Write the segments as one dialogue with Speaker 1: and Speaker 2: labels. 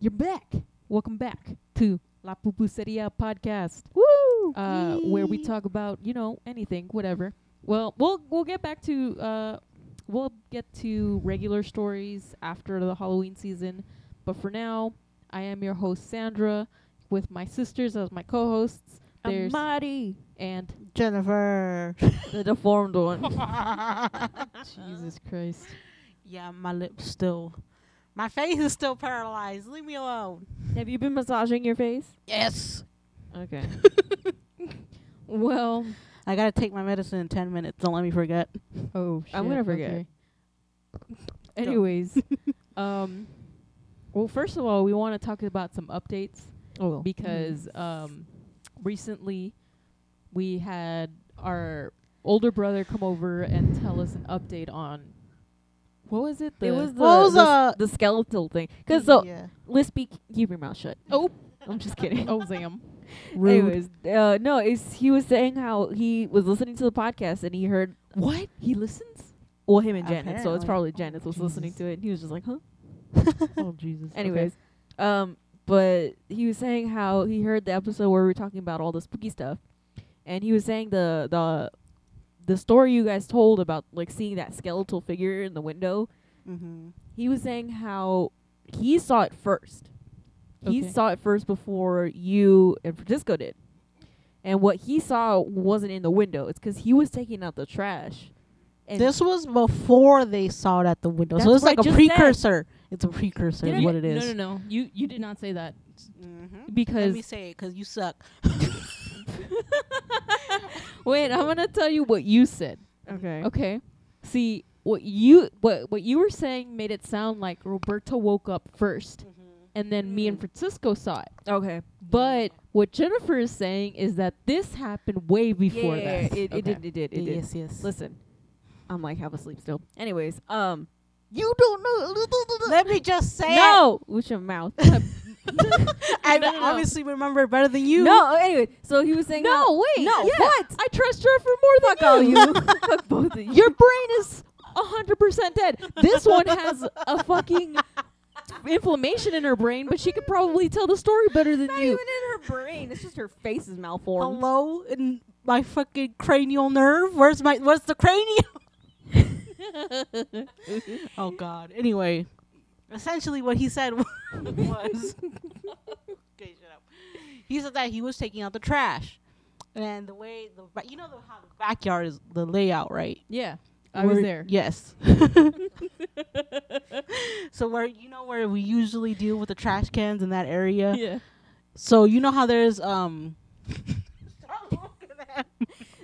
Speaker 1: You're back. Welcome back to La Pupuseria podcast. Woo! Uh, where we
Speaker 2: Yay.
Speaker 1: talk about you know anything, whatever. Well, we'll we'll get back to uh, we'll get to regular stories after the Halloween season, but for now, I am your host Sandra, with my sisters as my co-hosts. There's
Speaker 2: Amari.
Speaker 1: and
Speaker 2: Jennifer.
Speaker 1: the deformed one.
Speaker 2: uh.
Speaker 1: Jesus Christ.
Speaker 2: yeah, my lips still. My face is still paralyzed. Leave me alone.
Speaker 3: Have you been massaging your face?
Speaker 2: Yes.
Speaker 1: Okay. well,
Speaker 2: I gotta take my medicine in ten minutes. Don't let me forget.
Speaker 1: oh, shit.
Speaker 3: I'm gonna forget.
Speaker 1: okay. Anyways, um, well, first of all, we want to talk about some updates
Speaker 3: Oh,
Speaker 1: because um, recently we had our older brother come over and tell us an update on what was it?
Speaker 3: it was the,
Speaker 2: What was uh,
Speaker 3: the,
Speaker 2: the-
Speaker 3: s- the skeletal thing. Because so
Speaker 2: yeah.
Speaker 3: Lispy, keep your mouth shut.
Speaker 1: oh,
Speaker 3: I'm just kidding.
Speaker 1: oh, Zam.
Speaker 3: Anyways, uh, no, it's he was saying how he was listening to the podcast and he heard
Speaker 1: What he listens?
Speaker 3: well him and Janet, so it's
Speaker 2: Apparently.
Speaker 3: probably Janet was listening
Speaker 1: Jesus.
Speaker 3: to it and he was just like, huh.
Speaker 1: oh Jesus.
Speaker 3: Anyways, um, but he was saying how he heard the episode where we were talking about all the spooky stuff, and he was saying the the the story you guys told about like seeing that skeletal figure in the window.
Speaker 2: Mm-hmm.
Speaker 3: He was saying how he saw it first. He
Speaker 1: Okay.
Speaker 3: saw it first before you and Francisco did. And what he saw wasn't in the window. It's because he was taking out the trash. And
Speaker 2: This was before they saw it at the window, so
Speaker 3: That's
Speaker 2: it's
Speaker 3: what
Speaker 2: like
Speaker 3: I
Speaker 2: a
Speaker 3: just said.
Speaker 2: precursor. It's a precursor,
Speaker 3: Did
Speaker 2: is
Speaker 3: I-
Speaker 2: what it is.
Speaker 4: No, no, no. You you did not say that.
Speaker 2: Mm-hmm. Let
Speaker 3: because
Speaker 2: me say it, cause you suck.
Speaker 1: wait, I'm gonna tell you what you said.
Speaker 3: okay,
Speaker 1: Okay. See what you what what you were saying made it sound like Roberto woke up first, and then me and Francisco saw it.
Speaker 3: okay,
Speaker 1: But what Jennifer is saying is that this happened way before
Speaker 3: Yeah,
Speaker 1: that.
Speaker 3: yeah, yeah, it,
Speaker 1: Okay.
Speaker 3: it did, it did, it did.
Speaker 2: yes, yes.
Speaker 3: Listen, I'm like half asleep still. Anyways, um,
Speaker 2: You don't know. Let me just say it.
Speaker 3: no, with your mouth.
Speaker 2: I
Speaker 1: No, no, no.
Speaker 2: obviously remember it better than you.
Speaker 3: no, anyway, so he was saying, how-
Speaker 1: No, wait.
Speaker 3: no,
Speaker 1: yeah,
Speaker 3: what?
Speaker 1: I trust Jennifer more
Speaker 3: Fuck all
Speaker 1: than
Speaker 3: you,
Speaker 1: you.
Speaker 3: fuck both of you.
Speaker 1: Your brain is hundred percent dead. This one has a fucking inflammation in her brain, but she could probably tell the story better than
Speaker 3: not
Speaker 1: you.
Speaker 3: even in her brain. It's just her face is malformed.
Speaker 2: Hello, in my fucking cranial nerve. Where's my? Where's the cranium? oh God. Anyway, essentially what he said was, okay, shut up. He said that he was taking out the trash, and the way the ba- you know the, how the backyard is the layout, right?
Speaker 1: yeah, I was
Speaker 2: Where-
Speaker 1: there.
Speaker 2: Yes. so where you know where we usually deal with the trash cans in that area.
Speaker 1: yeah.
Speaker 2: So you know how there's um.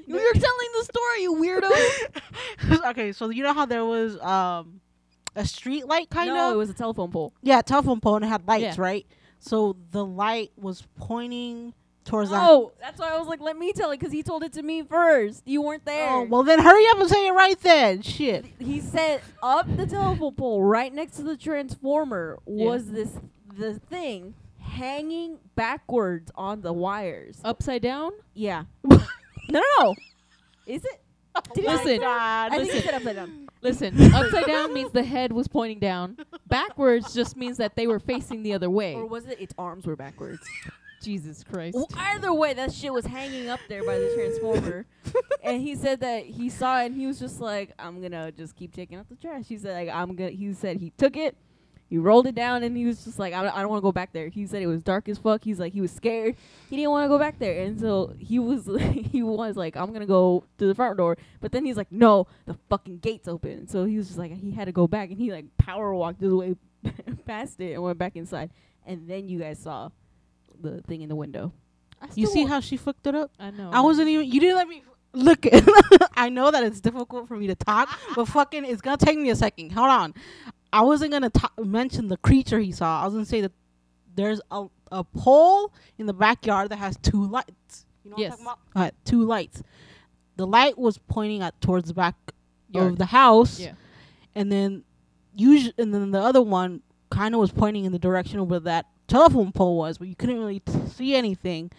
Speaker 3: You're telling the story, you weirdo.
Speaker 2: okay, so you know how there was um a street light kind
Speaker 3: no,
Speaker 2: of
Speaker 3: it was a telephone pole.
Speaker 2: yeah telephone pole and it had lights
Speaker 1: Yeah.
Speaker 2: right. So the light was pointing towards that.
Speaker 3: Oh, that's why I was like, let me tell it because he told it to me first. You weren't there.
Speaker 2: Oh, well then hurry up and say it right then. Shit.
Speaker 3: he said up the telephone pole right next to the transformer
Speaker 1: Yeah.
Speaker 3: was this the thing hanging backwards on the wires.
Speaker 1: Upside down.
Speaker 3: Yeah. no, no, no. Is it? Did he
Speaker 1: Listen,
Speaker 3: say that?
Speaker 2: God.
Speaker 3: I think he said upside down.
Speaker 1: Listen, upside down means the head was pointing down. Backwards just means that they were facing the other way.
Speaker 3: Or was it its arms were backwards?
Speaker 1: Jesus Christ.
Speaker 3: well, either way, that shit was hanging up there by the transformer. and he said that he saw it and he was just like, I'm gonna just keep taking out the trash. He said, like, I'm gonna, he said he took it, he rolled it down, and he was just like, I, I don't wanna go back there. He said it was dark as fuck. He's like, he was scared. He didn't wanna go back there. And so he was, he was like, I'm gonna go to the front door. But then he's like, no, the fucking gate's open. So he was just like, he had to go back and he like power walked his way past it and went back inside. And then you guys saw the thing in the window.
Speaker 1: I
Speaker 2: You
Speaker 1: still
Speaker 2: see
Speaker 1: want-
Speaker 2: how she fucked it up?
Speaker 1: I know.
Speaker 2: I wasn't even. You didn't let me. Look, I know that it's difficult for me to talk, but fucking, it's gonna take me a second. Hold on. I wasn't gonna ta- mention the creature he saw. I was gonna say that there's a, a pole in the backyard that has two lights. You know what
Speaker 1: Yes.
Speaker 2: I'm talking about? Uh, two lights. The light was pointing at towards the back
Speaker 1: Yard.
Speaker 2: of the house,
Speaker 1: Yeah.
Speaker 2: and then usually, and then the other one kind of was pointing in the direction of where that telephone pole was, but you couldn't really t- see anything.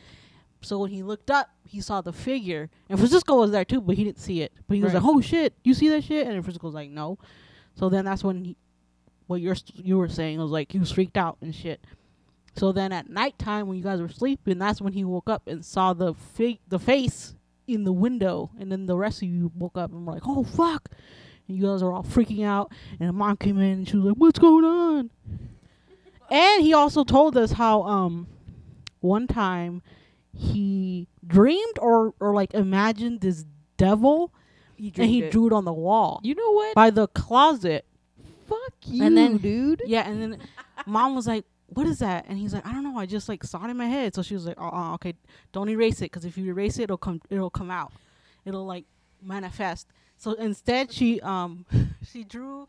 Speaker 2: So when he looked up, he saw the figure, and Francisco was there too, but he didn't see it. But he was
Speaker 1: Right.
Speaker 2: like, "Oh shit, you see that shit?" And then Francisco was like, "No." So then that's when he, what you're st- you were saying. It was like he was freaked out and shit. So then at nighttime when you guys were sleeping, that's when he woke up and saw the fa- the face in the window, and then the rest of you woke up and were like, "Oh fuck!" And you guys were all freaking out. And mom came in and she was like, "What's going on?" and he also told us how um one time he dreamed or or like imagined this devil
Speaker 3: He
Speaker 2: and he
Speaker 3: dreamed it.
Speaker 2: drew it on the wall
Speaker 1: You know what?
Speaker 2: by the closet.
Speaker 1: Fuck you,
Speaker 2: And then-
Speaker 1: dude.
Speaker 2: Yeah, and then mom was like, "What is that?" And he's like, "I don't know. I just like saw it in my head." So she was like, "Oh, uh, okay. Don't erase it because if you erase it, it'll come. It'll come out. It'll like manifest." So instead, she um she drew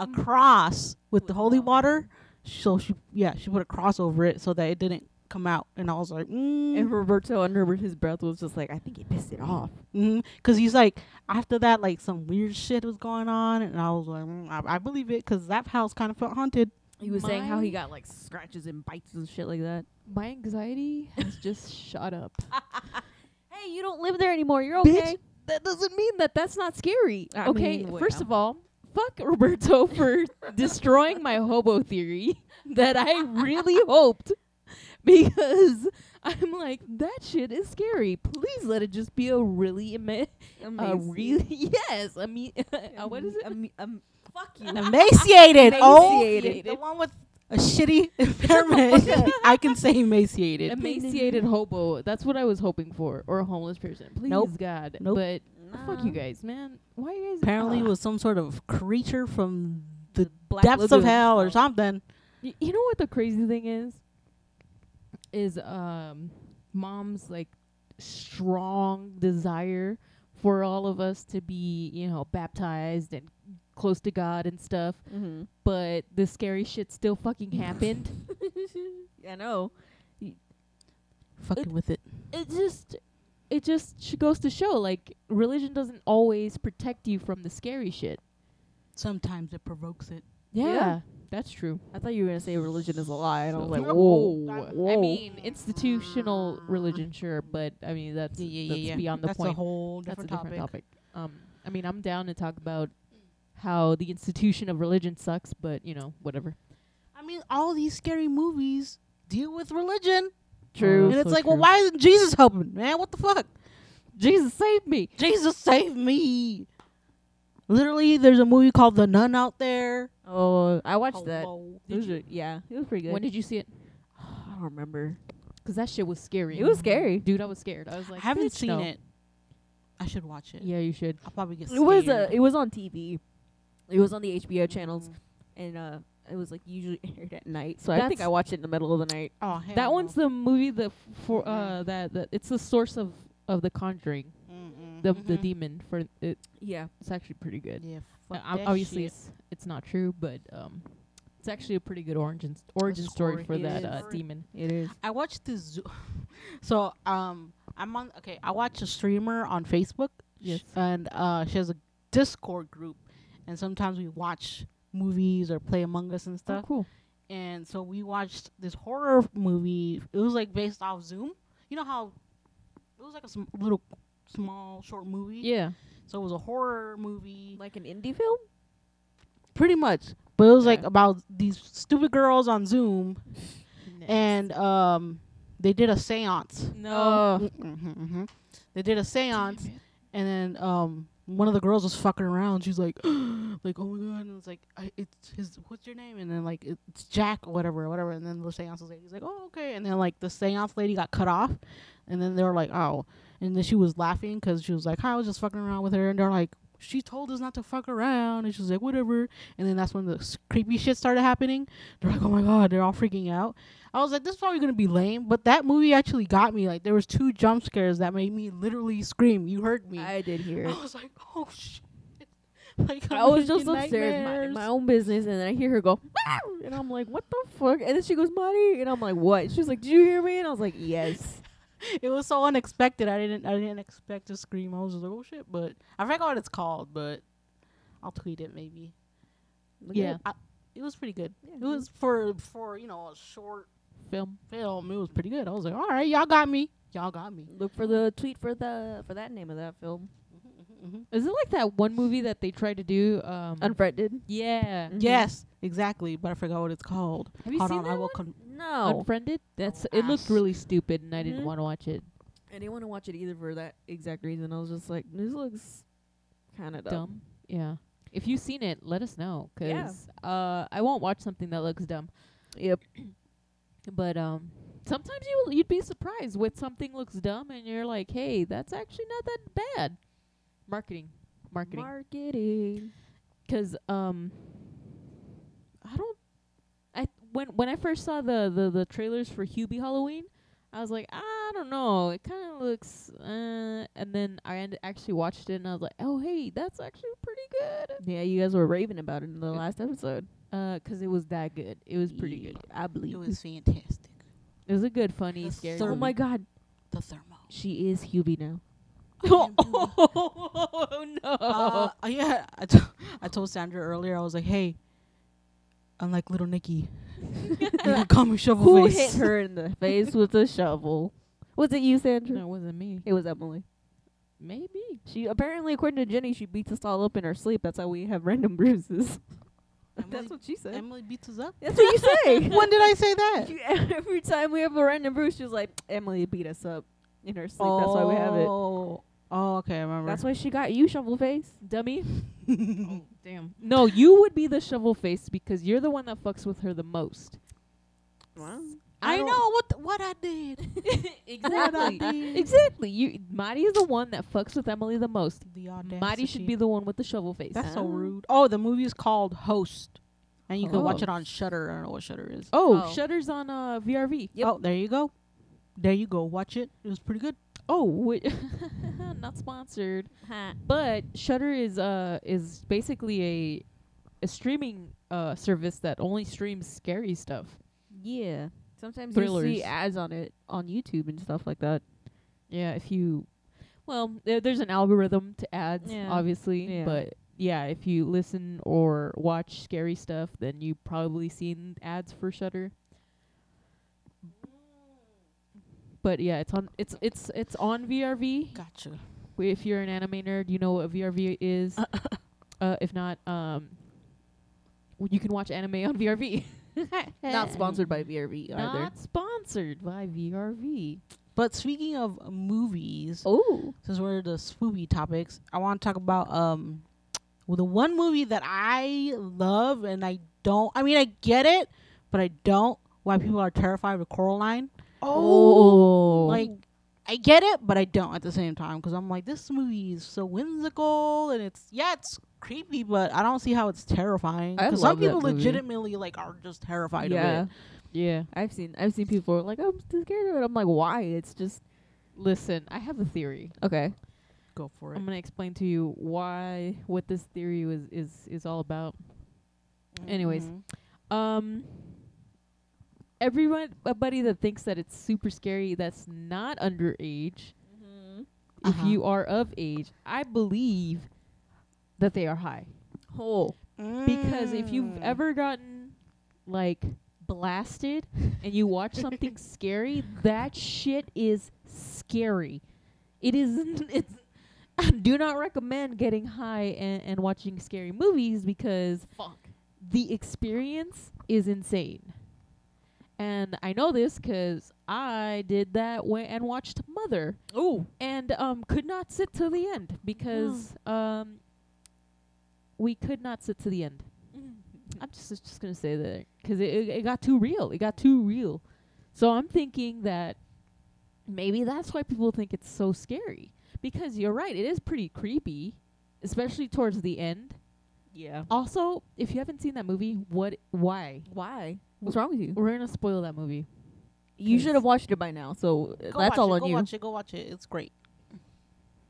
Speaker 2: a cross with the holy water. So she yeah she put a cross over it so that it didn't come out. And I was like, mm.
Speaker 3: And Roberto under his breath was just like, I think he pissed it off.
Speaker 2: Mm-hmm. Cause he's like after that, like some weird shit was going on, and I was like, mm, I, I believe it, cause that house kind of felt haunted.
Speaker 3: He was saying how he
Speaker 1: Mine-
Speaker 3: got like scratches and bites and shit like that.
Speaker 1: My anxiety has just shot up.
Speaker 3: Hey, you don't live there anymore. You're
Speaker 1: Bitch,
Speaker 3: okay.
Speaker 1: That doesn't mean that that's not scary.
Speaker 3: I
Speaker 1: okay,
Speaker 3: mean, well.
Speaker 1: first of all, fuck Roberto for destroying my hobo theory that I really hoped because I'm like that shit is scary. Please let it just be a really ima- a
Speaker 3: Amazing.
Speaker 1: really yes, I mean, uh, what is it?
Speaker 3: Um, um, fuck you.
Speaker 2: emaciated.
Speaker 3: Emaciated.
Speaker 2: Oh, the one with a shitty impairment. I can say emaciated.
Speaker 1: Emaciated hobo. That's what I was hoping for, or a homeless person. Please,
Speaker 2: Nope.
Speaker 1: God.
Speaker 2: Nope.
Speaker 1: But fuck you
Speaker 3: guys.
Speaker 1: guys, man. Why you guys?
Speaker 2: Apparently, it
Speaker 1: Ugh.
Speaker 2: was some sort of creature from the
Speaker 3: Black
Speaker 2: depths of
Speaker 3: Lagoon.
Speaker 2: hell or something.
Speaker 1: Y- you know what the crazy thing is? Is um mom's like strong desire for all of us to be, you know, baptized and close to God and stuff,
Speaker 3: Mhm.
Speaker 1: but the scary shit still fucking happened.
Speaker 3: I know.
Speaker 2: Fucking with it.
Speaker 1: it just it just sh- goes to show like religion doesn't always protect you from the scary shit.
Speaker 2: Sometimes it provokes it.
Speaker 1: Yeah.
Speaker 3: Yeah.
Speaker 1: That's true.
Speaker 3: I thought you were gonna say religion is a lie, and I was
Speaker 1: So-
Speaker 3: like,
Speaker 2: Nope.
Speaker 3: whoa,
Speaker 1: I
Speaker 3: whoa.
Speaker 1: mean, institutional religion, sure, but I mean that's that's beyond the
Speaker 2: That's
Speaker 1: point.
Speaker 2: a whole
Speaker 1: That's a
Speaker 2: different,
Speaker 1: different
Speaker 2: topic.
Speaker 1: topic. Um, I mean, I'm down to talk about how the institution of religion sucks, but you know, whatever.
Speaker 2: I mean, all these scary movies deal with religion,
Speaker 1: True.
Speaker 2: and it's
Speaker 1: Um, so
Speaker 2: like, well,
Speaker 1: true.
Speaker 2: why isn't Jesus helping, man? What the fuck?
Speaker 1: Jesus saved me.
Speaker 2: Jesus save me. Literally, there's a movie called The Nun out there.
Speaker 3: Oh, I watched that.
Speaker 2: Hello.
Speaker 3: It was a- yeah, it was pretty good.
Speaker 1: When did you see it?
Speaker 3: I don't remember.
Speaker 1: 'Cause that shit was scary.
Speaker 3: It was scary.
Speaker 1: dude. I was scared. I was like,
Speaker 2: I haven't
Speaker 1: "Bitch,
Speaker 2: seen
Speaker 1: no."
Speaker 2: it. I should watch it.
Speaker 1: Yeah, you should.
Speaker 2: I'll probably get
Speaker 3: It was
Speaker 2: scared.
Speaker 3: uh, it was on TV. It was on the HBO channels, and uh, it was like usually aired at night. So I think
Speaker 1: That's-
Speaker 3: I watched it in the middle of the night.
Speaker 2: oh, hell
Speaker 1: That one's
Speaker 2: no. Mm-hmm.
Speaker 1: the movie that f- for uh that, that it's the source of of the Conjuring,
Speaker 2: Mm-mm.
Speaker 1: the the
Speaker 2: Mhm.
Speaker 1: demon for it.
Speaker 3: Yeah,
Speaker 1: It's actually pretty good.
Speaker 2: Yeah,
Speaker 1: Uh,
Speaker 2: fuck
Speaker 1: ob-
Speaker 2: that
Speaker 1: obviously,
Speaker 2: shit.
Speaker 1: it's it's not true, but um, it's actually a pretty good origin origin story
Speaker 2: story.
Speaker 1: for
Speaker 3: It
Speaker 1: that
Speaker 3: is.
Speaker 1: uh, demon.
Speaker 3: it is.
Speaker 2: I watched this. Zo- so um, I'm on. Okay, I watch a streamer on Facebook. sh-
Speaker 1: Yes.
Speaker 2: And uh, she has a Discord group, and sometimes we watch movies or play Among Us and
Speaker 1: Oh,
Speaker 2: stuff.
Speaker 1: cool.
Speaker 2: And so we watched this horror movie. It was like based off Zoom. You know how it was like a sm- little small short movie.
Speaker 1: Yeah.
Speaker 2: So it was a horror movie.
Speaker 3: Like an indie film.
Speaker 2: pretty much. But it was like
Speaker 1: Yeah.
Speaker 2: about these stupid girls on Zoom, and um, they did a seance.
Speaker 1: No.
Speaker 2: Mm-hmm, hmm They did a seance, and then um, one of the girls was fucking around. She's like, like, oh my god, and it's like, I, it's his, what's your name? And then like, it's Jack or whatever, or whatever. And then the seance lady's like, oh okay. And then like the seance lady got cut off, and then they were like, oh. And then she was laughing because she was like, I was just fucking around with her, and they're like. She told us not to fuck around, and she's like, whatever. And then that's when the s- creepy shit started happening. They're like, oh my god, they're all freaking out. I was like, this is probably gonna be lame, but that movie actually got me. Like, there was two jump scares that made me literally scream. You heard me.
Speaker 3: I did hear it.
Speaker 2: I was like, oh shit. Like,
Speaker 3: I
Speaker 2: I'm
Speaker 3: was just
Speaker 2: getting
Speaker 3: upstairs minding my
Speaker 2: nightmares.
Speaker 3: own business, and then I hear her go, "Meow," and I'm like, "What the fuck?" And then she goes, "Marty," and I'm like, "What?" She's like, "Did you hear me?" And I was like, "Yes."
Speaker 2: It was so unexpected. I didn't. I didn't expect to scream. I was just like, oh shit. But I forgot what it's called. But I'll tweet it maybe.
Speaker 3: Look it
Speaker 1: Yeah.
Speaker 3: up.
Speaker 2: I, it was pretty good.
Speaker 3: Yeah,
Speaker 2: It was for for you know a short
Speaker 1: Film.
Speaker 2: film. It was pretty good. I was like, all right, y'all got me. Y'all got me.
Speaker 3: Look for the tweet for the for that name of that film.
Speaker 2: Mhm, mhm. Mhm.
Speaker 1: Is it like that one movie that they tried to do? Um,
Speaker 3: Unfriended.
Speaker 1: yeah.
Speaker 3: Mhm.
Speaker 2: Yes, exactly. But I forgot what it's called.
Speaker 1: Have you
Speaker 2: mm-hmm. Hold
Speaker 1: seen
Speaker 2: on,
Speaker 1: that
Speaker 2: I will.
Speaker 1: one?
Speaker 2: Con-
Speaker 3: No.
Speaker 1: Unfriended. That's
Speaker 2: Oh,
Speaker 1: it. Looked
Speaker 2: ass.
Speaker 1: really stupid, and I didn't
Speaker 2: Mm-hmm.
Speaker 3: Mhm.
Speaker 1: want to watch it.
Speaker 3: I didn't want to watch it either for that exact reason. I was just like, this looks kind of dumb.
Speaker 1: Dumb. Yeah. If you've seen it, let us know, 'cause
Speaker 3: Yeah.
Speaker 1: uh, I won't watch something that looks dumb.
Speaker 3: Yep.
Speaker 1: But um, sometimes you you'd be surprised with something looks dumb, and you're like, hey, that's actually not that bad. Marketing, marketing,
Speaker 3: Marketing.
Speaker 1: 'cause um, I don't. I when when I first saw the the the trailers for Hubie Halloween, I was like, I don't know, it kind of looks. Uh, and then I end- actually watched it, and I was like, oh hey, that's actually pretty good.
Speaker 3: Yeah, you guys were raving about it in the last episode.
Speaker 1: Uh 'cause it was that good. It was pretty
Speaker 3: Ye-
Speaker 1: good.
Speaker 3: I believe.
Speaker 2: it was fantastic.
Speaker 1: It was a good, funny,
Speaker 2: Yes,
Speaker 1: scary.
Speaker 2: sir.
Speaker 3: oh
Speaker 1: movie.
Speaker 3: my god,
Speaker 2: The thermo.
Speaker 3: she is Hubie now.
Speaker 1: oh, no!
Speaker 2: Uh, yeah, I, t- I told Sandra earlier. I was like, hey, I'm like little Nikki. you can call me shovel
Speaker 3: Who
Speaker 2: face.
Speaker 3: hit her in the face with a shovel? Was it you, Sandra?
Speaker 1: no, it wasn't me.
Speaker 3: It was Emily.
Speaker 1: Maybe.
Speaker 3: She apparently, according to Jenny, she beats us all up in her sleep. That's how we have random bruises. That's
Speaker 2: Emily,
Speaker 3: what she said.
Speaker 2: Emily beats us up.
Speaker 3: That's what you say.
Speaker 2: when did I say that?
Speaker 3: You- every time we have a random bruise, she's like, Emily beat us up in her sleep. That's why we have it.
Speaker 2: Oh, oh, okay, I remember.
Speaker 3: That's why she got you, shovel face.
Speaker 1: Dummy.
Speaker 4: Oh, damn.
Speaker 1: No, you would be the shovel face because you're the one that fucks with her the most.
Speaker 2: I, know what th- what I did. what I
Speaker 1: exactly.
Speaker 2: did.
Speaker 1: exactly. You Marty is the one that fucks with Emily the most.
Speaker 2: The
Speaker 1: Marty should be the one with the shovel face.
Speaker 2: That's so
Speaker 3: Oh.
Speaker 2: rude. Oh, the movie's called Host, and you can watch it
Speaker 1: Host.
Speaker 2: on Shutter. I don't know what Shutter is.
Speaker 1: oh,
Speaker 3: Oh.
Speaker 1: Shutter's on uh, VRV.
Speaker 3: Yep.
Speaker 2: Oh, there you go. There you go. Watch it. It was pretty good.
Speaker 1: Oh, wait. not sponsored. But Shutter is uh is basically a a streaming uh service that only streams scary stuff.
Speaker 3: Yeah. Sometimes you
Speaker 1: Thrillers.
Speaker 3: see ads on it on YouTube and stuff like that.
Speaker 1: Yeah, if you well, there, there's an algorithm to ads,
Speaker 3: Yeah.
Speaker 1: obviously,
Speaker 3: Yeah.
Speaker 1: but yeah, if you listen or watch scary stuff, then you probably seen ads for Shutter. But yeah, it's on it's it's it's on VRV.
Speaker 2: Gotcha.
Speaker 1: Wait, If you're an anime nerd, you know what VRV is. uh, if not, um, w- you can watch anime on VRV.
Speaker 3: Not sponsored by VRV either.
Speaker 1: Not sponsored by VRV.
Speaker 2: But speaking of movies,
Speaker 3: Oh.
Speaker 2: since we're the spoopy topics, I want to talk about um well, the one movie that I love and I don't. I mean, I get it, but I don't why people are terrified of Coraline.
Speaker 1: Oh,
Speaker 2: Like I get it, but I don't at the same time because I'm like this movie is so whimsical and it's yeah, it's creepy, but I don't see how it's terrifying
Speaker 3: I
Speaker 2: because some
Speaker 3: love that
Speaker 2: people
Speaker 3: movie.
Speaker 2: legitimately like are just terrified
Speaker 3: yeah.
Speaker 2: of it.
Speaker 1: yeah.
Speaker 3: I've seen I've seen people who are like, I'm too scared of it. I'm like, why? It's just
Speaker 1: Listen, I have a theory.
Speaker 3: Okay.
Speaker 2: Go for it.
Speaker 1: I'm gonna explain to you why what this theory was is is all about. anyways.
Speaker 2: Mhm.
Speaker 1: Um, everyone, a buddy that thinks that it's super scary, that's not underage.
Speaker 3: Mm-hmm.
Speaker 2: Uh-huh.
Speaker 1: If you are of age, I believe that they are high.
Speaker 3: Oh.
Speaker 1: Because if you've
Speaker 2: Mm.
Speaker 1: ever gotten like blasted and you watch something scary, that shit is scary. It is it's I do not recommend getting high and, and watching scary movies because
Speaker 4: Fuck.
Speaker 1: the experience is insane. And I know this because I did that way and watched Mother
Speaker 4: Ooh.
Speaker 1: and um, could not sit till the end because um, we could not sit to the end. I'm just just gonna say that because it, it it got too real. It got too real. So I'm thinking that maybe that's why people think it's so scary because you're right. It is pretty creepy, especially towards the end.
Speaker 3: Yeah.
Speaker 1: Also, if you haven't seen that movie, what why?
Speaker 3: Why? What's wrong with you?
Speaker 1: We're gonna spoil that movie.
Speaker 3: You should have
Speaker 1: Cause-
Speaker 3: watched it by now. So uh, that's
Speaker 2: Go watch
Speaker 3: all
Speaker 2: it,
Speaker 3: on
Speaker 2: go
Speaker 3: you.
Speaker 2: Watch it. Go watch it. It's great.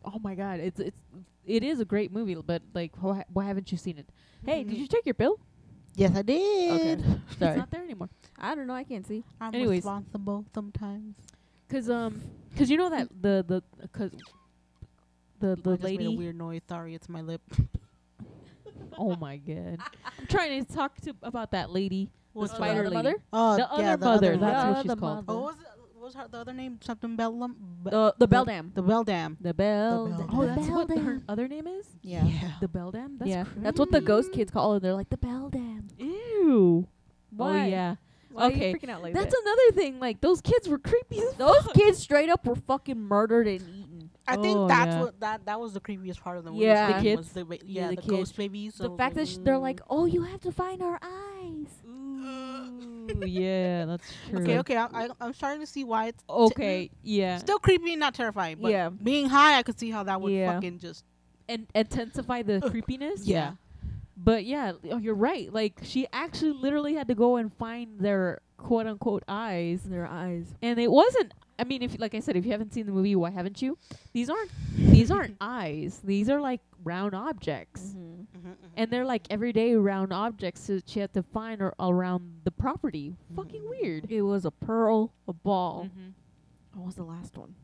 Speaker 1: Oh my god, it's it's it is a great movie, but like why, why haven't you seen it?
Speaker 3: Hey,
Speaker 2: Mm-hmm.
Speaker 3: did you check your bill?
Speaker 2: Yes, I did.
Speaker 1: It's
Speaker 3: Sorry.
Speaker 1: not there anymore.
Speaker 3: I don't know. I can't see.
Speaker 2: I'm
Speaker 1: Anyways.
Speaker 2: responsible sometimes.
Speaker 1: Cause um, cause you know that the the cause the
Speaker 2: I
Speaker 1: the
Speaker 2: just made a
Speaker 1: lady.
Speaker 2: weird noise. Sorry, it's my lip.
Speaker 1: oh my god, I'm trying to talk to about that lady, the
Speaker 2: What's
Speaker 1: spider
Speaker 3: the
Speaker 1: lady,
Speaker 3: mother?
Speaker 2: Oh,
Speaker 1: the other
Speaker 2: yeah, the
Speaker 1: mother.
Speaker 2: Other
Speaker 1: that's
Speaker 2: mother.
Speaker 1: what she's
Speaker 3: The
Speaker 1: called.
Speaker 3: mother.
Speaker 2: Oh, was it? was her, the other name? Something Bellum. Be-
Speaker 3: The the Bell Dam.
Speaker 2: The Bell Dam.
Speaker 3: The Bell.
Speaker 2: Bell
Speaker 3: Dam.
Speaker 2: Dam.
Speaker 1: Oh, that's
Speaker 3: Bell
Speaker 1: what
Speaker 3: Dam.
Speaker 1: her other name is?
Speaker 3: Yeah.
Speaker 1: The Bell Dam? That's
Speaker 3: yeah,
Speaker 1: crazy.
Speaker 3: that's what the ghost kids call it. They're like the Bell Dam.
Speaker 1: Ew. Oh, yeah.
Speaker 3: Why are you
Speaker 1: Okay.
Speaker 3: freaking out like
Speaker 1: That's
Speaker 3: that?
Speaker 1: another thing. Like, those kids were creepy as
Speaker 3: Those
Speaker 1: fuck.
Speaker 3: kids straight up were fucking murdered and eaten.
Speaker 2: I
Speaker 1: Oh,
Speaker 2: think that's
Speaker 1: yeah.
Speaker 2: what that that was the creepiest part of the movie.
Speaker 3: Yeah.
Speaker 1: The
Speaker 2: was
Speaker 1: kids?
Speaker 2: The, ba-
Speaker 3: Yeah,
Speaker 2: yeah,
Speaker 3: the
Speaker 2: the,
Speaker 3: kids.
Speaker 2: ghost babies.
Speaker 3: the fact that sh- they're like, "Oh, you have to find our eyes."
Speaker 1: Ooh, yeah, that's true.
Speaker 2: okay, okay, I, I, I'm starting to see why it's mm,
Speaker 1: Okay, yeah.
Speaker 2: still creepy and not terrifying. But
Speaker 3: Yeah.
Speaker 2: being high, I could see how that would
Speaker 3: Yeah.
Speaker 2: fucking just
Speaker 1: And intensify the
Speaker 3: Uh,
Speaker 1: creepiness.
Speaker 2: yeah.
Speaker 1: But yeah, l- oh, you're right. Like she actually literally had to go and find their quote unquote eyes,
Speaker 3: Their eyes.
Speaker 1: and it wasn't. I mean, if like I said, if you haven't seen the movie, why haven't you? These aren't these aren't eyes. These are like round objects,
Speaker 3: Mm-hmm.
Speaker 2: Mhm, mhm.
Speaker 1: and they're like everyday round objects that she had to find ar- around the property. Fucking weird.
Speaker 3: Mm-hmm.
Speaker 1: Mm-hmm.
Speaker 3: It was a pearl, a ball.
Speaker 1: What was the last one?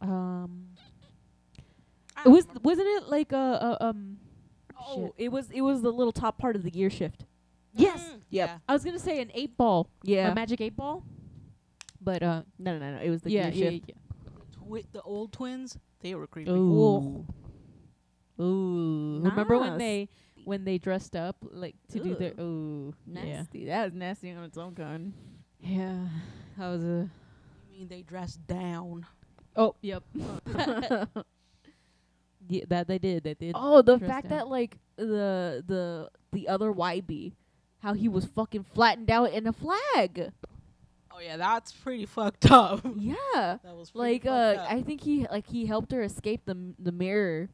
Speaker 1: Um,
Speaker 2: I
Speaker 1: it
Speaker 2: don't
Speaker 1: was
Speaker 2: remember.
Speaker 1: wasn't it like a, a um?
Speaker 3: Oh,
Speaker 1: shit.
Speaker 3: it was it was the little top part of the gear shift.
Speaker 1: yes.
Speaker 2: Mm,
Speaker 3: Yep.
Speaker 1: I was gonna say an eight ball,
Speaker 3: Yeah.
Speaker 1: a magic eight ball, but uh,
Speaker 3: no, no, no, no. It was the
Speaker 1: yeah,
Speaker 3: gear
Speaker 1: yeah,
Speaker 3: shift.
Speaker 1: yeah.
Speaker 2: Twi- the old twins, they were creepy.
Speaker 1: Ooh. Ooh. Remember when
Speaker 3: Nice.
Speaker 1: they when they dressed up like to do their ooh. Yeah.
Speaker 3: Nasty. That was nasty on its own kind.
Speaker 1: Yeah. That was a
Speaker 2: I mean, they dressed down.
Speaker 1: Oh, yep. yeah, that they did. They did.
Speaker 3: oh, the
Speaker 1: dressed
Speaker 3: fact
Speaker 1: down.
Speaker 3: that like the the the other YB, how he was fucking flattened out in a flag.
Speaker 2: Oh yeah, that's pretty fucked up.
Speaker 3: Yeah.
Speaker 2: that was pretty
Speaker 3: like uh
Speaker 2: fucked up.
Speaker 3: i think he like he helped her escape the m- the mirror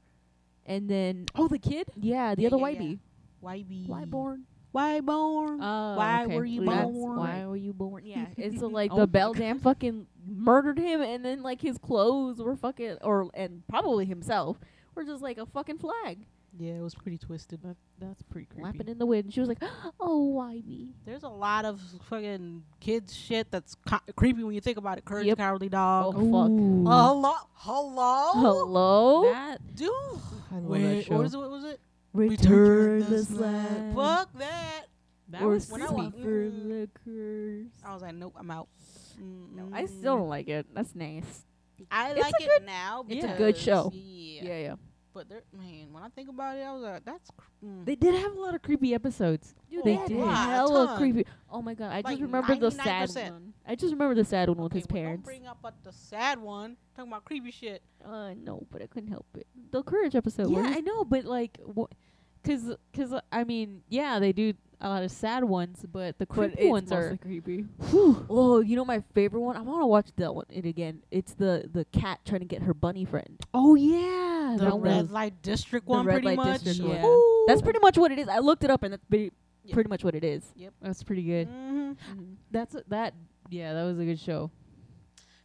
Speaker 3: and then
Speaker 1: Oh, the kid?
Speaker 3: yeah the
Speaker 2: Yeah,
Speaker 3: other
Speaker 2: yeah,
Speaker 3: white bee
Speaker 2: why be
Speaker 3: why born Uh,
Speaker 2: Why born?
Speaker 1: Oh,
Speaker 2: why
Speaker 1: okay.
Speaker 2: were you
Speaker 1: That's
Speaker 2: born?
Speaker 1: Why were you born?
Speaker 3: yeah and so like
Speaker 1: Oh my
Speaker 3: the bell dam fucking murdered him and then like his clothes were fucking or and probably himself were just like a fucking flag
Speaker 2: yeah, it was pretty twisted.
Speaker 1: That, that's pretty creepy.
Speaker 3: flapping in the wind she was like oh why me
Speaker 2: There's a lot of fucking kids shit that's co- creepy when you think about it. Courage
Speaker 3: Yep.
Speaker 2: the Cowardly Dog.
Speaker 3: fuck.
Speaker 1: Ooh.
Speaker 2: Hello, hello,
Speaker 3: hello
Speaker 1: That,
Speaker 2: dude.
Speaker 1: I love that
Speaker 2: Wait,
Speaker 1: show.
Speaker 2: what was it? What was it?
Speaker 3: return the slab
Speaker 2: Fuck that.
Speaker 1: that
Speaker 3: or
Speaker 1: was
Speaker 2: when I
Speaker 3: sleep
Speaker 1: creepy.
Speaker 2: was-
Speaker 3: for
Speaker 2: Mm.
Speaker 3: the curse
Speaker 2: I was like, nope, I'm out.
Speaker 3: no, I still don't like it. That's nice.
Speaker 2: I
Speaker 3: it's a
Speaker 2: like it now.
Speaker 1: it's
Speaker 2: Because,
Speaker 1: a
Speaker 3: good show.
Speaker 2: Yeah.
Speaker 3: Yeah, yeah.
Speaker 2: But there, man, when I think about it, I was like, that's. Cr- mm.
Speaker 1: They did have a lot of creepy episodes.
Speaker 3: Dude,
Speaker 1: They
Speaker 3: they had
Speaker 1: did.
Speaker 2: A
Speaker 3: hella
Speaker 2: ton.
Speaker 3: creepy. Oh my god, I just
Speaker 2: Like
Speaker 3: remember the sad
Speaker 2: 99%.
Speaker 3: one. I just remember the sad one with
Speaker 2: Okay,
Speaker 3: his
Speaker 2: well, Don't
Speaker 3: parents.
Speaker 2: bring up uh, the sad one. Talking about creepy shit.
Speaker 3: Uh, no, but I couldn't help it. The courage episode.
Speaker 1: yeah,
Speaker 3: wasn't
Speaker 1: I
Speaker 3: it?
Speaker 1: know, but like, wha- cause, cause uh, I mean, yeah, they do a lot of sad ones, but the creepy ones are.
Speaker 3: creepy.
Speaker 1: Whew,
Speaker 3: Oh, you know my favorite one. I want to watch that one it again. It's the the cat trying to get her bunny friend.
Speaker 1: oh yeah,
Speaker 2: The
Speaker 1: that
Speaker 2: red
Speaker 1: was.
Speaker 2: light district
Speaker 3: The
Speaker 2: one,
Speaker 3: red
Speaker 2: pretty
Speaker 3: light
Speaker 2: much.
Speaker 3: district
Speaker 1: one.
Speaker 2: yeah.
Speaker 1: Yeah. Ooh.
Speaker 3: That's pretty much what it is. I looked it up and that's pretty,
Speaker 2: Yeah.
Speaker 3: pretty much what it is.
Speaker 1: That's pretty good.
Speaker 2: hmm
Speaker 1: That's a, that. Yeah, that was a good show.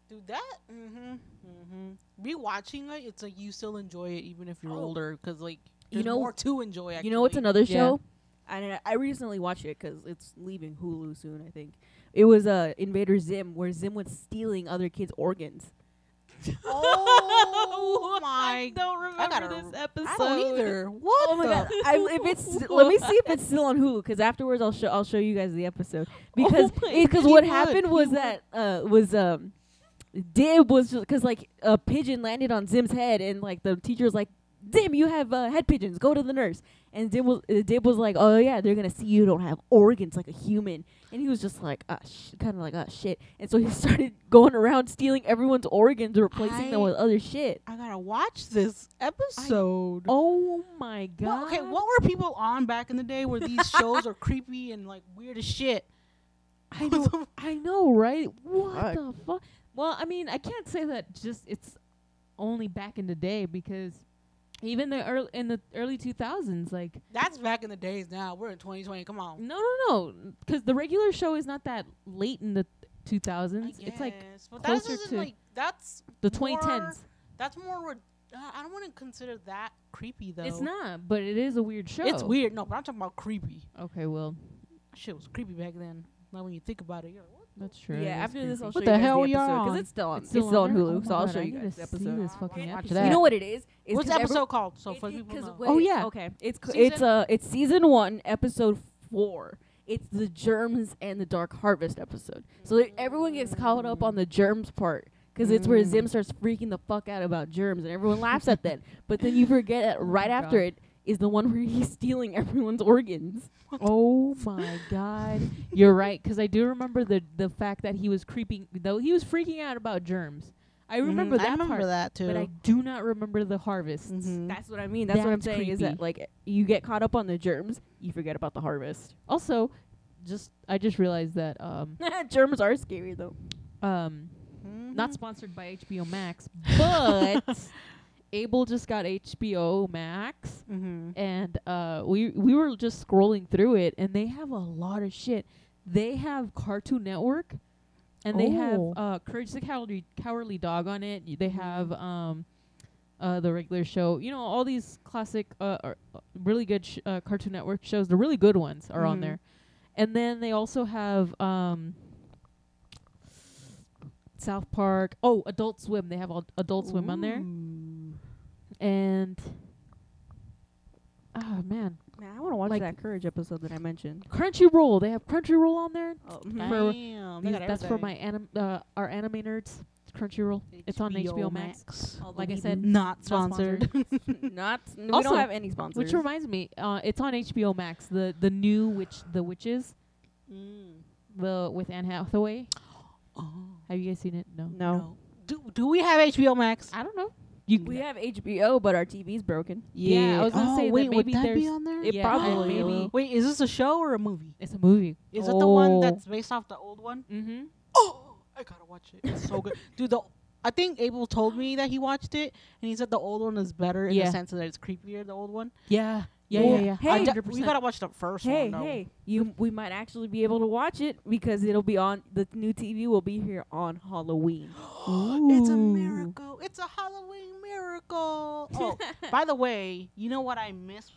Speaker 2: Do that. Mm-hmm. Mm-hmm. Rewatching it, it's like you still enjoy it even if you're
Speaker 3: Oh.
Speaker 2: older, because like
Speaker 3: You
Speaker 2: there's
Speaker 3: know-
Speaker 2: more to enjoy. Actually.
Speaker 3: You know what's another
Speaker 1: Yeah.
Speaker 3: show? I I recently watched it because it's leaving Hulu soon. I think it was uh Invader Zim, where Zim was stealing other kids' organs.
Speaker 2: Oh my!
Speaker 1: I don't remember
Speaker 2: gotta
Speaker 1: this
Speaker 2: re-
Speaker 1: episode.
Speaker 2: I don't either. What?
Speaker 3: Oh my
Speaker 2: the?
Speaker 3: god! I, if it's let me see if it's still on Hulu because afterwards I'll show I'll show you guys the episode
Speaker 2: Oh
Speaker 3: because
Speaker 1: my
Speaker 3: because
Speaker 1: God,
Speaker 3: what
Speaker 1: he
Speaker 3: happened
Speaker 1: would,
Speaker 3: was
Speaker 1: he
Speaker 3: that uh was um Dib was because like a pigeon landed on Zim's head and like the teacher was like Zim you have uh, head pigeons go to the nurse and Dib was uh, Dib was like oh yeah they're gonna see you don't have organs like a human and he was just like ah sh-, kind of like ah shit and so he started going around stealing everyone's organs replacing them
Speaker 2: I-
Speaker 3: with other shit.
Speaker 2: I gotta watch this episode.
Speaker 1: Oh my
Speaker 2: What-
Speaker 1: god.
Speaker 2: okay, what were people on back in the day where these shows are creepy and like weird as shit?
Speaker 1: I know, I know, right? What
Speaker 3: Fuck.
Speaker 1: the fuck? Well, I mean, I can't say that just it's only back in the day because even the early in the early 2000s, like
Speaker 2: That's back in the days. Now we're in 2020. Come on.
Speaker 1: no, no, no, because the regular show is not that late in the 2000s. It's like
Speaker 2: guess, but that
Speaker 1: closer
Speaker 2: isn't,
Speaker 1: to
Speaker 2: like that's
Speaker 1: the
Speaker 2: more-
Speaker 1: 2010s.
Speaker 2: That's more. Re- uh, I don't want to consider that creepy though.
Speaker 1: It's not, but it is a weird show.
Speaker 2: It's weird. No, but I'm talking about creepy.
Speaker 1: Okay, well,
Speaker 2: Shit was creepy back then. Now when you think about it, you're like, what?
Speaker 1: that's true. it
Speaker 3: Yeah,
Speaker 1: is
Speaker 3: after this,
Speaker 1: creepy.
Speaker 3: I'll show
Speaker 2: What
Speaker 3: you
Speaker 2: the
Speaker 3: guys
Speaker 2: hell
Speaker 3: the
Speaker 2: y'all
Speaker 3: episode
Speaker 2: on?
Speaker 3: it's still on. It's
Speaker 1: still
Speaker 3: still on
Speaker 1: there? Oh
Speaker 3: Hulu,
Speaker 1: my
Speaker 3: so I'll
Speaker 1: God,
Speaker 3: show
Speaker 1: I
Speaker 3: you
Speaker 1: need
Speaker 3: guys
Speaker 1: to
Speaker 3: the
Speaker 1: see
Speaker 3: episode.
Speaker 1: this fucking
Speaker 2: watch
Speaker 1: after
Speaker 2: that.
Speaker 1: that.
Speaker 3: You know what it is? It's
Speaker 2: What's the
Speaker 3: 'cause every-
Speaker 2: episode called? So
Speaker 3: It-
Speaker 2: for
Speaker 3: it-
Speaker 2: people
Speaker 3: 'cause
Speaker 2: know.
Speaker 3: wait,
Speaker 1: Oh, yeah.
Speaker 3: Okay. It's c-
Speaker 2: Season-
Speaker 3: it's uh it's season one episode four. It's the germs and the Dark Harvest episode. So like, everyone gets caught up on the germs part because it's where Zim starts freaking the fuck out about germs and everyone laughs at that. But then you forget that right after
Speaker 1: God.
Speaker 3: it is the one where he's stealing everyone's organs.
Speaker 1: Oh my god. You're right cuz I do remember the the fact that he was creeping though he was freaking out about germs. Mm-hmm. I remember
Speaker 2: Mhm,
Speaker 1: that Mm-hmm.
Speaker 2: I remember
Speaker 1: part,
Speaker 2: that too.
Speaker 1: but I do not remember the harvests.
Speaker 2: Mhm.
Speaker 3: That's what I mean. That's, what I'm
Speaker 1: That's
Speaker 3: saying is that
Speaker 1: creepy.
Speaker 3: like you get caught up on the germs, you forget about the harvest.
Speaker 1: Also, just I just realized that um
Speaker 3: germs are scary though.
Speaker 1: um
Speaker 2: Mm-hmm.
Speaker 1: not sponsored by HBO Max, but Abel just got HBO Max
Speaker 2: Mhm.
Speaker 1: and uh we we were just scrolling through it and they have a lot of shit. They have Cartoon Network and they have
Speaker 2: Oh. Mm-hmm.
Speaker 1: uh Courage the Cowardly Cowardly Dog on it. Y- They have um uh the regular show. You know, all these classic uh are uh, really good sh- uh, Cartoon Network shows, the really good ones are on
Speaker 2: Mhm.
Speaker 1: there. And then they also have um South Park. Oh, Adult Swim. They have all Adult Swim on there.
Speaker 2: Ooh.
Speaker 1: And oh man,
Speaker 3: Man, I want to watch
Speaker 1: Like-
Speaker 3: that courage episode that I mentioned.
Speaker 1: Crunchyroll. They have Crunchyroll on there.
Speaker 3: Oh,
Speaker 1: For
Speaker 2: Damn, they
Speaker 1: These,
Speaker 2: got
Speaker 1: that's for
Speaker 2: everything.
Speaker 1: my anim- uh, our anime nerds. Crunchyroll. It's on HBO Max.
Speaker 2: Oh,
Speaker 1: Like I said,
Speaker 2: Not
Speaker 1: not
Speaker 2: sponsored.
Speaker 3: not we
Speaker 1: Also,
Speaker 3: don't have any sponsors.
Speaker 1: which reminds me, uh, it's on HBO Max. The the new witch, the witches,
Speaker 2: Mm.
Speaker 1: the with Anne Hathaway.
Speaker 2: Oh.
Speaker 1: Have you guys seen it? No.
Speaker 3: no.
Speaker 2: Do do we have HBO Max?
Speaker 1: I don't know. You
Speaker 3: We have HBO, but our TV's broken.
Speaker 1: Yeah, I was gonna
Speaker 2: oh,
Speaker 1: say that
Speaker 2: wait,
Speaker 1: maybe
Speaker 2: would that be
Speaker 1: there's-
Speaker 2: on there?
Speaker 3: It
Speaker 1: Yeah,
Speaker 3: probably
Speaker 1: maybe-
Speaker 3: will.
Speaker 2: Wait, is this a show or a movie?
Speaker 1: It's a movie.
Speaker 2: Is that the one
Speaker 1: Oh.
Speaker 2: that's based off the old one?
Speaker 1: Mm-hmm.
Speaker 2: Oh, I gotta watch it. It's so good, dude. The I think Abel told me that he watched it, and he said the old one is better in
Speaker 1: Yeah.
Speaker 2: the sense that it's creepier. The old one.
Speaker 1: Yeah. Yeah.
Speaker 3: Well,
Speaker 1: yeah. Yeah.
Speaker 3: hey,
Speaker 2: I d-
Speaker 1: 100%.
Speaker 2: we gotta watch the first
Speaker 3: Hey,
Speaker 2: one. though.
Speaker 3: hey, you we might actually be able to watch it because it'll be on the new TV will be here on Halloween.
Speaker 2: It's a
Speaker 1: Ooh.
Speaker 2: miracle. It's a Halloween miracle. Oh, by the way, you know what I miss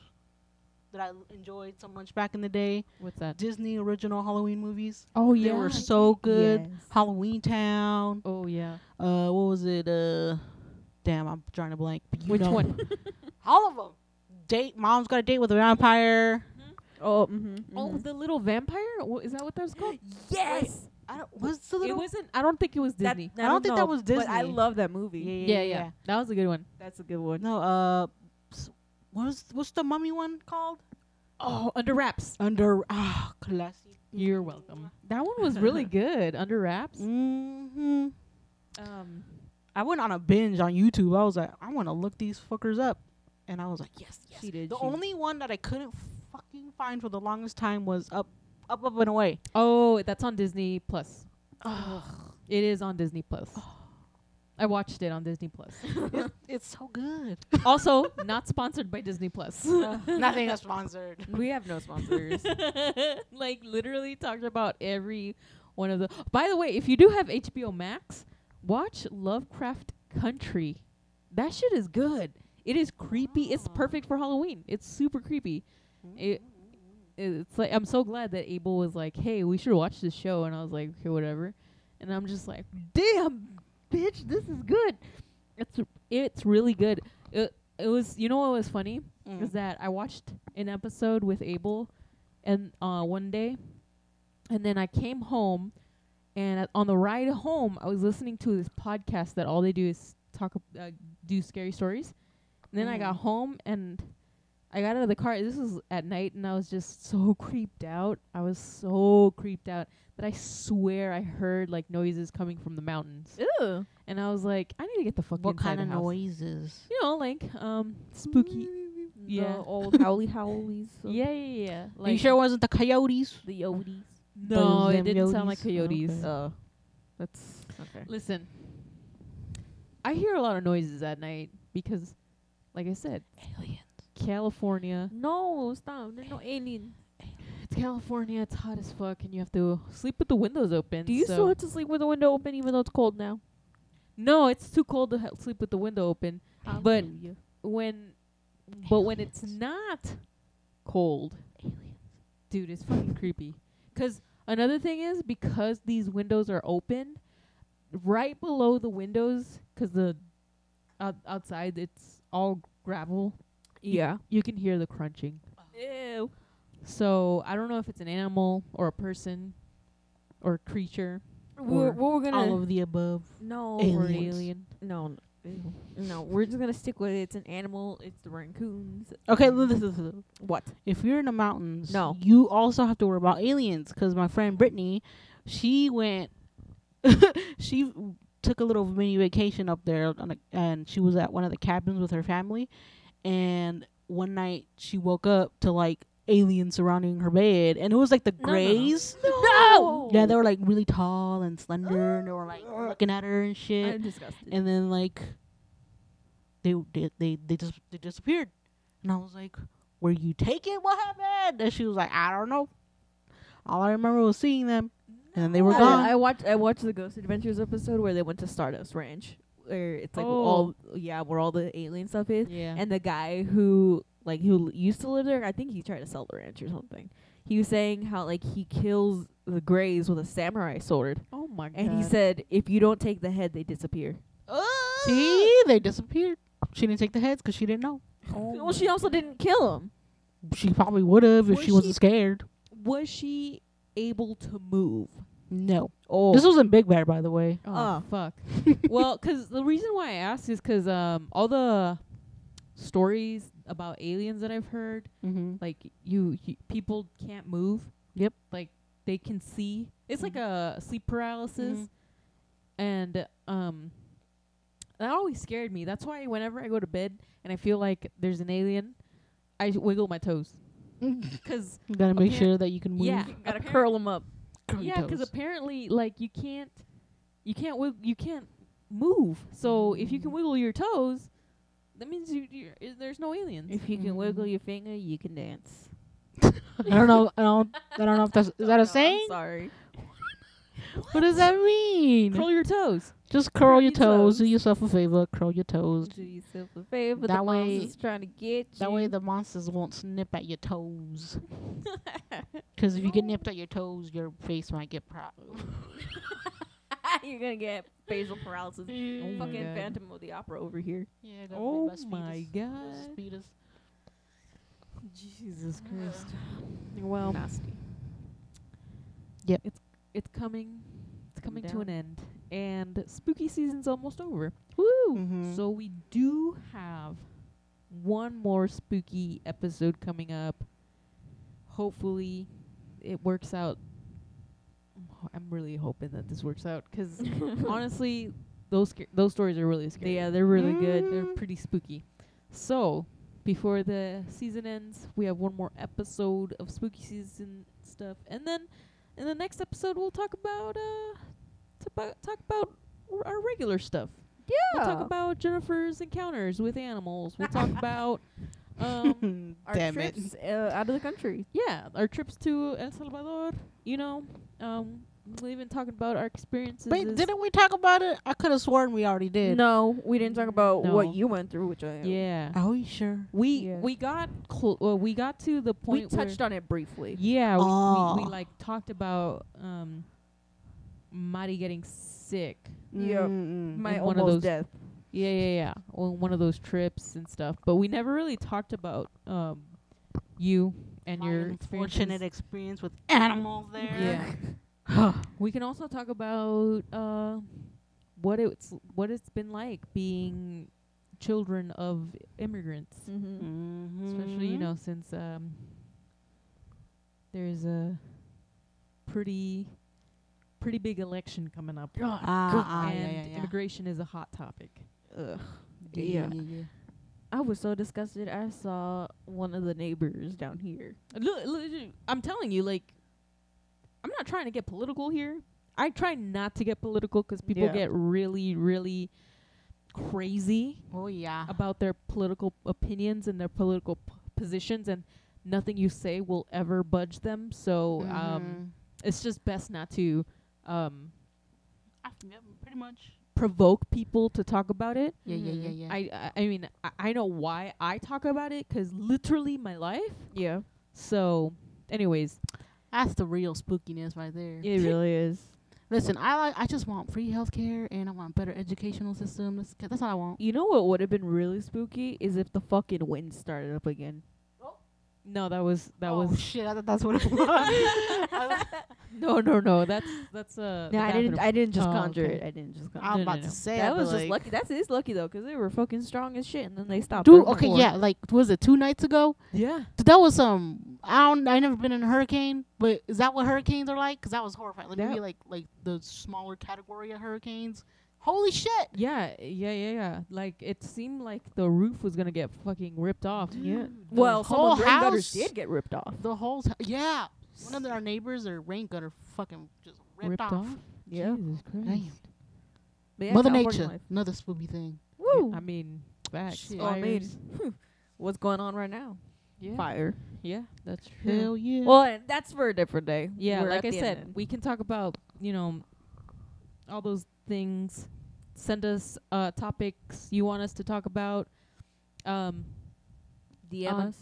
Speaker 2: that I l- enjoyed so much back in the day?
Speaker 1: What's that?
Speaker 2: Disney original Halloween movies.
Speaker 1: Oh
Speaker 2: They
Speaker 1: yeah.
Speaker 2: were so good.
Speaker 3: Yes.
Speaker 2: Halloween Town.
Speaker 1: oh yeah.
Speaker 2: Uh, what was it? Uh, damn, I'm drawing a blank. but you
Speaker 1: Which
Speaker 2: know.
Speaker 1: one?
Speaker 2: All of them. Date. Mom's got a date with a vampire.
Speaker 3: Oh, mm-hmm,
Speaker 1: oh, the little vampire. Wha- Is that what that was called?
Speaker 3: yes.
Speaker 2: I don't. Was the little?
Speaker 1: It wasn't. I don't think it was
Speaker 3: That-
Speaker 1: Disney.
Speaker 3: I, don't think that was Disney. I
Speaker 2: Disney.
Speaker 3: love that movie.
Speaker 1: yeah, yeah, That was a good one.
Speaker 3: That's a good one.
Speaker 2: No. Uh, s- what was what's the mummy one called?
Speaker 1: Oh, Under Wraps.
Speaker 2: Under. Ah, classy.
Speaker 1: You're welcome. Mm. That one was really good. Under Wraps.
Speaker 2: hmm
Speaker 1: Um,
Speaker 2: I went on a binge on YouTube. I was like, I want to look these fuckers up, and I was like, yes, yes.
Speaker 1: She did,
Speaker 2: The
Speaker 1: she-
Speaker 2: only one that I couldn't fucking find for the longest time was up, up, up and away.
Speaker 1: oh, that's on Disney Plus. Oh. It is on Disney Plus. I watched it on Disney Plus.
Speaker 2: It- it's so good.
Speaker 1: also, not sponsored by Disney Plus.
Speaker 2: Nothing is sponsored.
Speaker 3: We have no sponsors.
Speaker 1: like literally talked about every one of the. By the way, if you do have HBO Max, watch Lovecraft Country. That shit is good. It is creepy. It's perfect for Halloween. It's super creepy. It, it's like I'm so glad that Abel was like, "Hey, we should watch this show," and I was like, "Okay, whatever." And I'm just like, "Damn, bitch, this is good. It's it's really good." It, it was you know what was funny is
Speaker 2: Mm.
Speaker 1: that I watched an episode with Abel and uh, one day, and then I came home, and at- on the ride home, I was listening to this podcast that all they do is talk, ab- uh, do scary stories. And then I got home and I got out of the car. This was at night, and I was just so creeped out. I was so creeped out that I swear I heard like noises coming from the mountains,
Speaker 3: Ew.
Speaker 1: and I was like, I need to get the fuck
Speaker 2: What
Speaker 1: inside
Speaker 2: kind
Speaker 1: the
Speaker 2: of
Speaker 1: house.
Speaker 2: noises?
Speaker 1: You know, like um, spooky. Yeah.
Speaker 3: The old howly howlies. of
Speaker 1: Yeah, yeah, yeah.
Speaker 2: Are you sure it wasn't the coyotes?
Speaker 3: The Yodis.
Speaker 1: No,
Speaker 2: Those
Speaker 1: it didn't sound like
Speaker 2: coyotes?
Speaker 1: coyotes.
Speaker 2: Okay.
Speaker 3: Oh. That's okay.
Speaker 1: Listen, I hear a lot of noises at night because, like I said,
Speaker 2: Aliens.
Speaker 1: California.
Speaker 3: No, stop. There's no alien.
Speaker 1: It's California. It's hot as fuck, and you have to sleep with the windows open.
Speaker 3: Do you
Speaker 1: so
Speaker 3: still have to sleep with the window open even though it's cold now?
Speaker 1: no, it's too cold to ha- sleep with the window open.
Speaker 3: Um,
Speaker 1: But
Speaker 3: Hallelujah.
Speaker 1: when, but when it's not cold,
Speaker 3: Aliens.
Speaker 1: dude, it's fucking creepy. 'Cause another thing is because these windows are open, right below the windows, 'cause the out- outside it's all gravel.
Speaker 3: Yeah.
Speaker 1: You can hear the crunching.
Speaker 3: Ew.
Speaker 1: So I don't know if it's an animal or a person or a creature
Speaker 3: We're,
Speaker 1: Or
Speaker 3: what we're gonna
Speaker 2: All of the above.
Speaker 3: no
Speaker 1: or an
Speaker 2: Aliens.
Speaker 1: alien.
Speaker 3: no n- no we're just gonna stick with it. it's an animal it's the raccoons
Speaker 2: Okay, li- listen, listen.
Speaker 3: what
Speaker 2: If you're in the mountains,
Speaker 3: No.
Speaker 2: you also have to worry about aliens. Because my friend Brittany, she went, she w- took a little mini vacation up there, on a, and she was at one of the cabins with her family. And one night she woke up to like aliens surrounding her bed, and it was like the
Speaker 3: no, no.
Speaker 2: grays.
Speaker 3: no
Speaker 2: Yeah, they were like really tall and slender, and they were like looking at her and shit.
Speaker 3: I'm disgusted
Speaker 2: and then like they they they they just they disappeared, and I was like, "Were you taken? What happened?" And she was like, "I don't know. All I remember was seeing them, and then they were
Speaker 3: I-
Speaker 2: gone."
Speaker 3: I watched I watched the Ghost Adventures episode where they went to Stardust Ranch, where it's like all yeah, where all the alien stuff is.
Speaker 1: Oh. Yeah.
Speaker 3: And the guy who like who l- used to live there, I think he tried to sell the ranch or something. He was saying how like he kills the Greys with a samurai sword,
Speaker 1: oh my god.
Speaker 3: and he said if you don't take the head, they disappear.
Speaker 1: Ah!
Speaker 2: See, they disappeared. She didn't take the heads because she didn't know.
Speaker 1: Oh
Speaker 3: Well, she also didn't kill him.
Speaker 2: She probably would have if
Speaker 1: Was
Speaker 2: she wasn't
Speaker 1: she-
Speaker 2: scared.
Speaker 1: was she able to move?
Speaker 2: No,
Speaker 3: Oh,
Speaker 2: this was in Big Bear, by the way.
Speaker 1: Oh
Speaker 3: Oh.
Speaker 1: fuck. well, 'cause the reason why I asked is 'cause um all the stories about aliens that I've heard,
Speaker 2: Mm-hmm.
Speaker 1: like you, you people can't move.
Speaker 2: Yep.
Speaker 1: Like they can see. It's like
Speaker 3: Mm-hmm.
Speaker 1: a sleep paralysis,
Speaker 2: Mhm.
Speaker 1: and um that always scared me. That's why whenever I go to bed and I feel like there's an alien, I wiggle my toes. 'Cause
Speaker 2: You gotta make
Speaker 1: Apparent-
Speaker 2: sure that you can move.
Speaker 1: yeah,
Speaker 3: gotta
Speaker 1: apparent-
Speaker 3: curl him up.
Speaker 2: Curly
Speaker 1: yeah, 'cause
Speaker 2: toes.
Speaker 1: apparently, like you can't, you can't, wig- you can't move. So if you
Speaker 3: Mm.
Speaker 1: can wiggle your toes, that means you you're, i- there's no aliens.
Speaker 3: If you can
Speaker 2: Mhm.
Speaker 3: wiggle your finger, you can dance.
Speaker 2: I don't know. I don't. I don't know if that's is that
Speaker 3: No,
Speaker 2: a
Speaker 3: I'm
Speaker 2: saying.
Speaker 3: sorry.
Speaker 2: What does that mean?
Speaker 1: Curl your toes.
Speaker 2: Just curl your
Speaker 3: your
Speaker 2: toes. Do
Speaker 3: toes.
Speaker 2: yourself a favor. Curl your toes.
Speaker 3: Do yourself a favor.
Speaker 2: That
Speaker 3: the
Speaker 2: way-
Speaker 3: monster's trying to get you.
Speaker 2: That way the monsters won't snip at your toes. 'Cause if you get nipped at your toes, your face might get problems.
Speaker 3: Ah, You're gonna get facial paralysis.
Speaker 1: Oh my
Speaker 3: Fucking
Speaker 1: God.
Speaker 3: Phantom of the Opera over here.
Speaker 2: Yeah,
Speaker 1: Oh my god.
Speaker 2: Speedus.
Speaker 1: Jesus Christ. Well,
Speaker 3: Nasty.
Speaker 1: it's coming, it's coming to
Speaker 3: down.
Speaker 1: an end, and spooky season's almost over.
Speaker 2: Woo.
Speaker 1: Mm-hmm. So we do have one more spooky episode coming up. Hopefully, it works out. I'm ho- I'm really hoping that this works out 'cause honestly, those sca- those stories are really scary. Mm.
Speaker 3: Yeah, they're really good.
Speaker 1: They're pretty spooky. So, before the season ends, we have one more episode of spooky season stuff, and then in the next episode, we'll talk about uh, t- bu- talk about r- our regular stuff. We'll talk
Speaker 3: Yeah.
Speaker 1: about Jennifer's encounters with animals. We'll talk about um,
Speaker 3: Our trips Uh, out of the country.
Speaker 1: yeah, our trips to El Salvador. You know, um, we'll even talking about our experiences.
Speaker 2: Wait,
Speaker 1: as-
Speaker 2: didn't we talk about it? I could have sworn we already did.
Speaker 3: No, we didn't talk about
Speaker 1: No.
Speaker 3: what you went through, which I
Speaker 1: yeah.
Speaker 2: Are we sure?
Speaker 1: We
Speaker 3: Yeah.
Speaker 1: we got cl- well, we got to the
Speaker 3: we
Speaker 1: point
Speaker 3: touched
Speaker 1: where,
Speaker 3: on it briefly.
Speaker 1: yeah we, we,
Speaker 2: Oh.
Speaker 1: we like talked about um Mari getting sick
Speaker 3: Yeah.
Speaker 2: Mm-mm.
Speaker 3: My
Speaker 1: Mm-hmm. in one
Speaker 3: almost
Speaker 1: of those-
Speaker 3: death.
Speaker 1: yeah yeah yeah on one of those trips and stuff but we never really talked about um you and
Speaker 2: My
Speaker 1: your experiences.
Speaker 2: unfortunate experience with animals there.
Speaker 1: yeah we can also talk about uh what it's what it's been like being children of immigrants
Speaker 3: Mm-hmm.
Speaker 2: Mm-hmm.
Speaker 1: especially you know since um there's a pretty pretty big election coming up
Speaker 2: Ah, ah,
Speaker 1: and
Speaker 2: yeah, yeah, yeah.
Speaker 1: immigration is a hot topic
Speaker 3: Ugh.
Speaker 2: Yeah,
Speaker 3: Yeah.
Speaker 2: yeah, yeah.
Speaker 3: I was so disgusted. I saw one of the neighbors down here.
Speaker 1: Look, i'm telling you like i'm not trying to get political here i try not to get political 'cause people
Speaker 3: Yeah.
Speaker 1: get really really crazy
Speaker 2: Oh yeah.
Speaker 1: about their political opinions and their political p- positions and nothing you say will ever budge them so
Speaker 2: Mm-hmm.
Speaker 1: um it's just best not to um
Speaker 2: Mhm. Yep, pretty much.
Speaker 1: provoke people to talk about it.
Speaker 2: Yeah, yeah, yeah, yeah.
Speaker 1: I I I mean I, I know why I talk about it 'cause literally my life.
Speaker 3: Yeah,
Speaker 1: So, anyways,
Speaker 2: That's the real spookiness right there.
Speaker 3: it really is.
Speaker 2: Listen, I like. I just want free healthcare and I want a better educational system. That's, that's all I want.
Speaker 3: You know what would have been really spooky is if the fucking wind started up again.
Speaker 1: No, that was that
Speaker 2: oh,
Speaker 1: was
Speaker 2: shit. I thought that's what it was. I was-
Speaker 1: no, no, no. That's that's uh. the
Speaker 3: No, I didn't.
Speaker 1: bathroom.
Speaker 3: I didn't just
Speaker 1: Oh,
Speaker 3: conjure
Speaker 1: okay.
Speaker 3: it. I didn't just conjure.
Speaker 1: no,
Speaker 2: I'm
Speaker 1: no,
Speaker 2: about
Speaker 1: no.
Speaker 2: to say
Speaker 3: that
Speaker 2: I'd be
Speaker 3: was just
Speaker 2: like-
Speaker 3: lucky. That's it is lucky though, 'cause they were fucking strong as shit, and then they stopped.
Speaker 2: Dude,
Speaker 3: right
Speaker 2: okay,
Speaker 3: before.
Speaker 2: yeah, like was it two nights ago?
Speaker 1: yeah.
Speaker 2: Dude, That was some. I don't. I never been in a hurricane, but is that what hurricanes are like? Because that was horrifying. Like
Speaker 1: That-
Speaker 2: maybe like like the smaller category of hurricanes. Holy shit!
Speaker 1: Yeah, yeah, yeah, yeah. Like it seemed like the roof was gonna get fucking ripped off. Yeah.
Speaker 2: The
Speaker 3: Well,
Speaker 2: whole
Speaker 3: someone's rain gutters
Speaker 2: house-
Speaker 3: did get ripped off.
Speaker 2: The whole t- yeah. One of the- our neighbors, their rain gutter fucking just
Speaker 1: Ripped
Speaker 2: ripped, off.
Speaker 1: off.
Speaker 3: Yeah.
Speaker 1: Jesus Christ.
Speaker 2: Damn.
Speaker 3: But yeah,
Speaker 2: Mother
Speaker 3: California
Speaker 2: Nature,
Speaker 3: life.
Speaker 2: another spooky thing.
Speaker 3: Woo.
Speaker 1: I mean, facts.
Speaker 2: Shit.
Speaker 3: Oh, I mean,
Speaker 1: fires.
Speaker 3: phew, what's going on right now?
Speaker 1: Yeah.
Speaker 3: Fire.
Speaker 1: Yeah, that's true.
Speaker 2: Hell yeah!
Speaker 3: Well, and that's for a different day.
Speaker 1: yeah,
Speaker 3: We're
Speaker 1: like
Speaker 3: at
Speaker 1: I
Speaker 3: the
Speaker 1: said,
Speaker 3: end.
Speaker 1: we can talk about you know all those things. Send us uh, topics you want us to talk about. Um,
Speaker 3: DM
Speaker 1: on-
Speaker 3: us.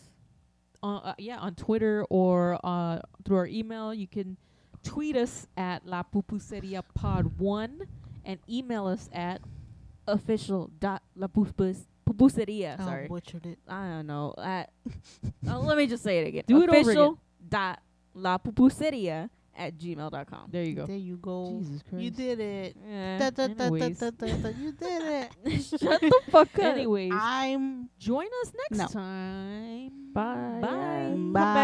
Speaker 1: on, uh, yeah, on Twitter or uh, through our email. You can tweet us at La Pupuseria Pod One and email us at
Speaker 3: Official dot la pupus pupuseria.
Speaker 2: Oh,
Speaker 3: sorry,
Speaker 2: butchered it.
Speaker 3: I don't know. At, uh, let me just say it again.
Speaker 1: Do it over
Speaker 3: Official
Speaker 1: again.
Speaker 3: dot la pupuseria at gmail dot com.
Speaker 1: there you go.
Speaker 2: There you go.
Speaker 1: Jesus Christ.
Speaker 2: You did it.
Speaker 3: Yeah.
Speaker 2: Da, da, da, da,
Speaker 1: anyways.
Speaker 2: da, da, da. You did it.
Speaker 3: Shut the fuck up.
Speaker 1: Anyways,
Speaker 2: I'm
Speaker 1: join us next
Speaker 2: No.
Speaker 1: time.
Speaker 3: Bye.
Speaker 1: Bye.
Speaker 3: Bye.
Speaker 2: Bye.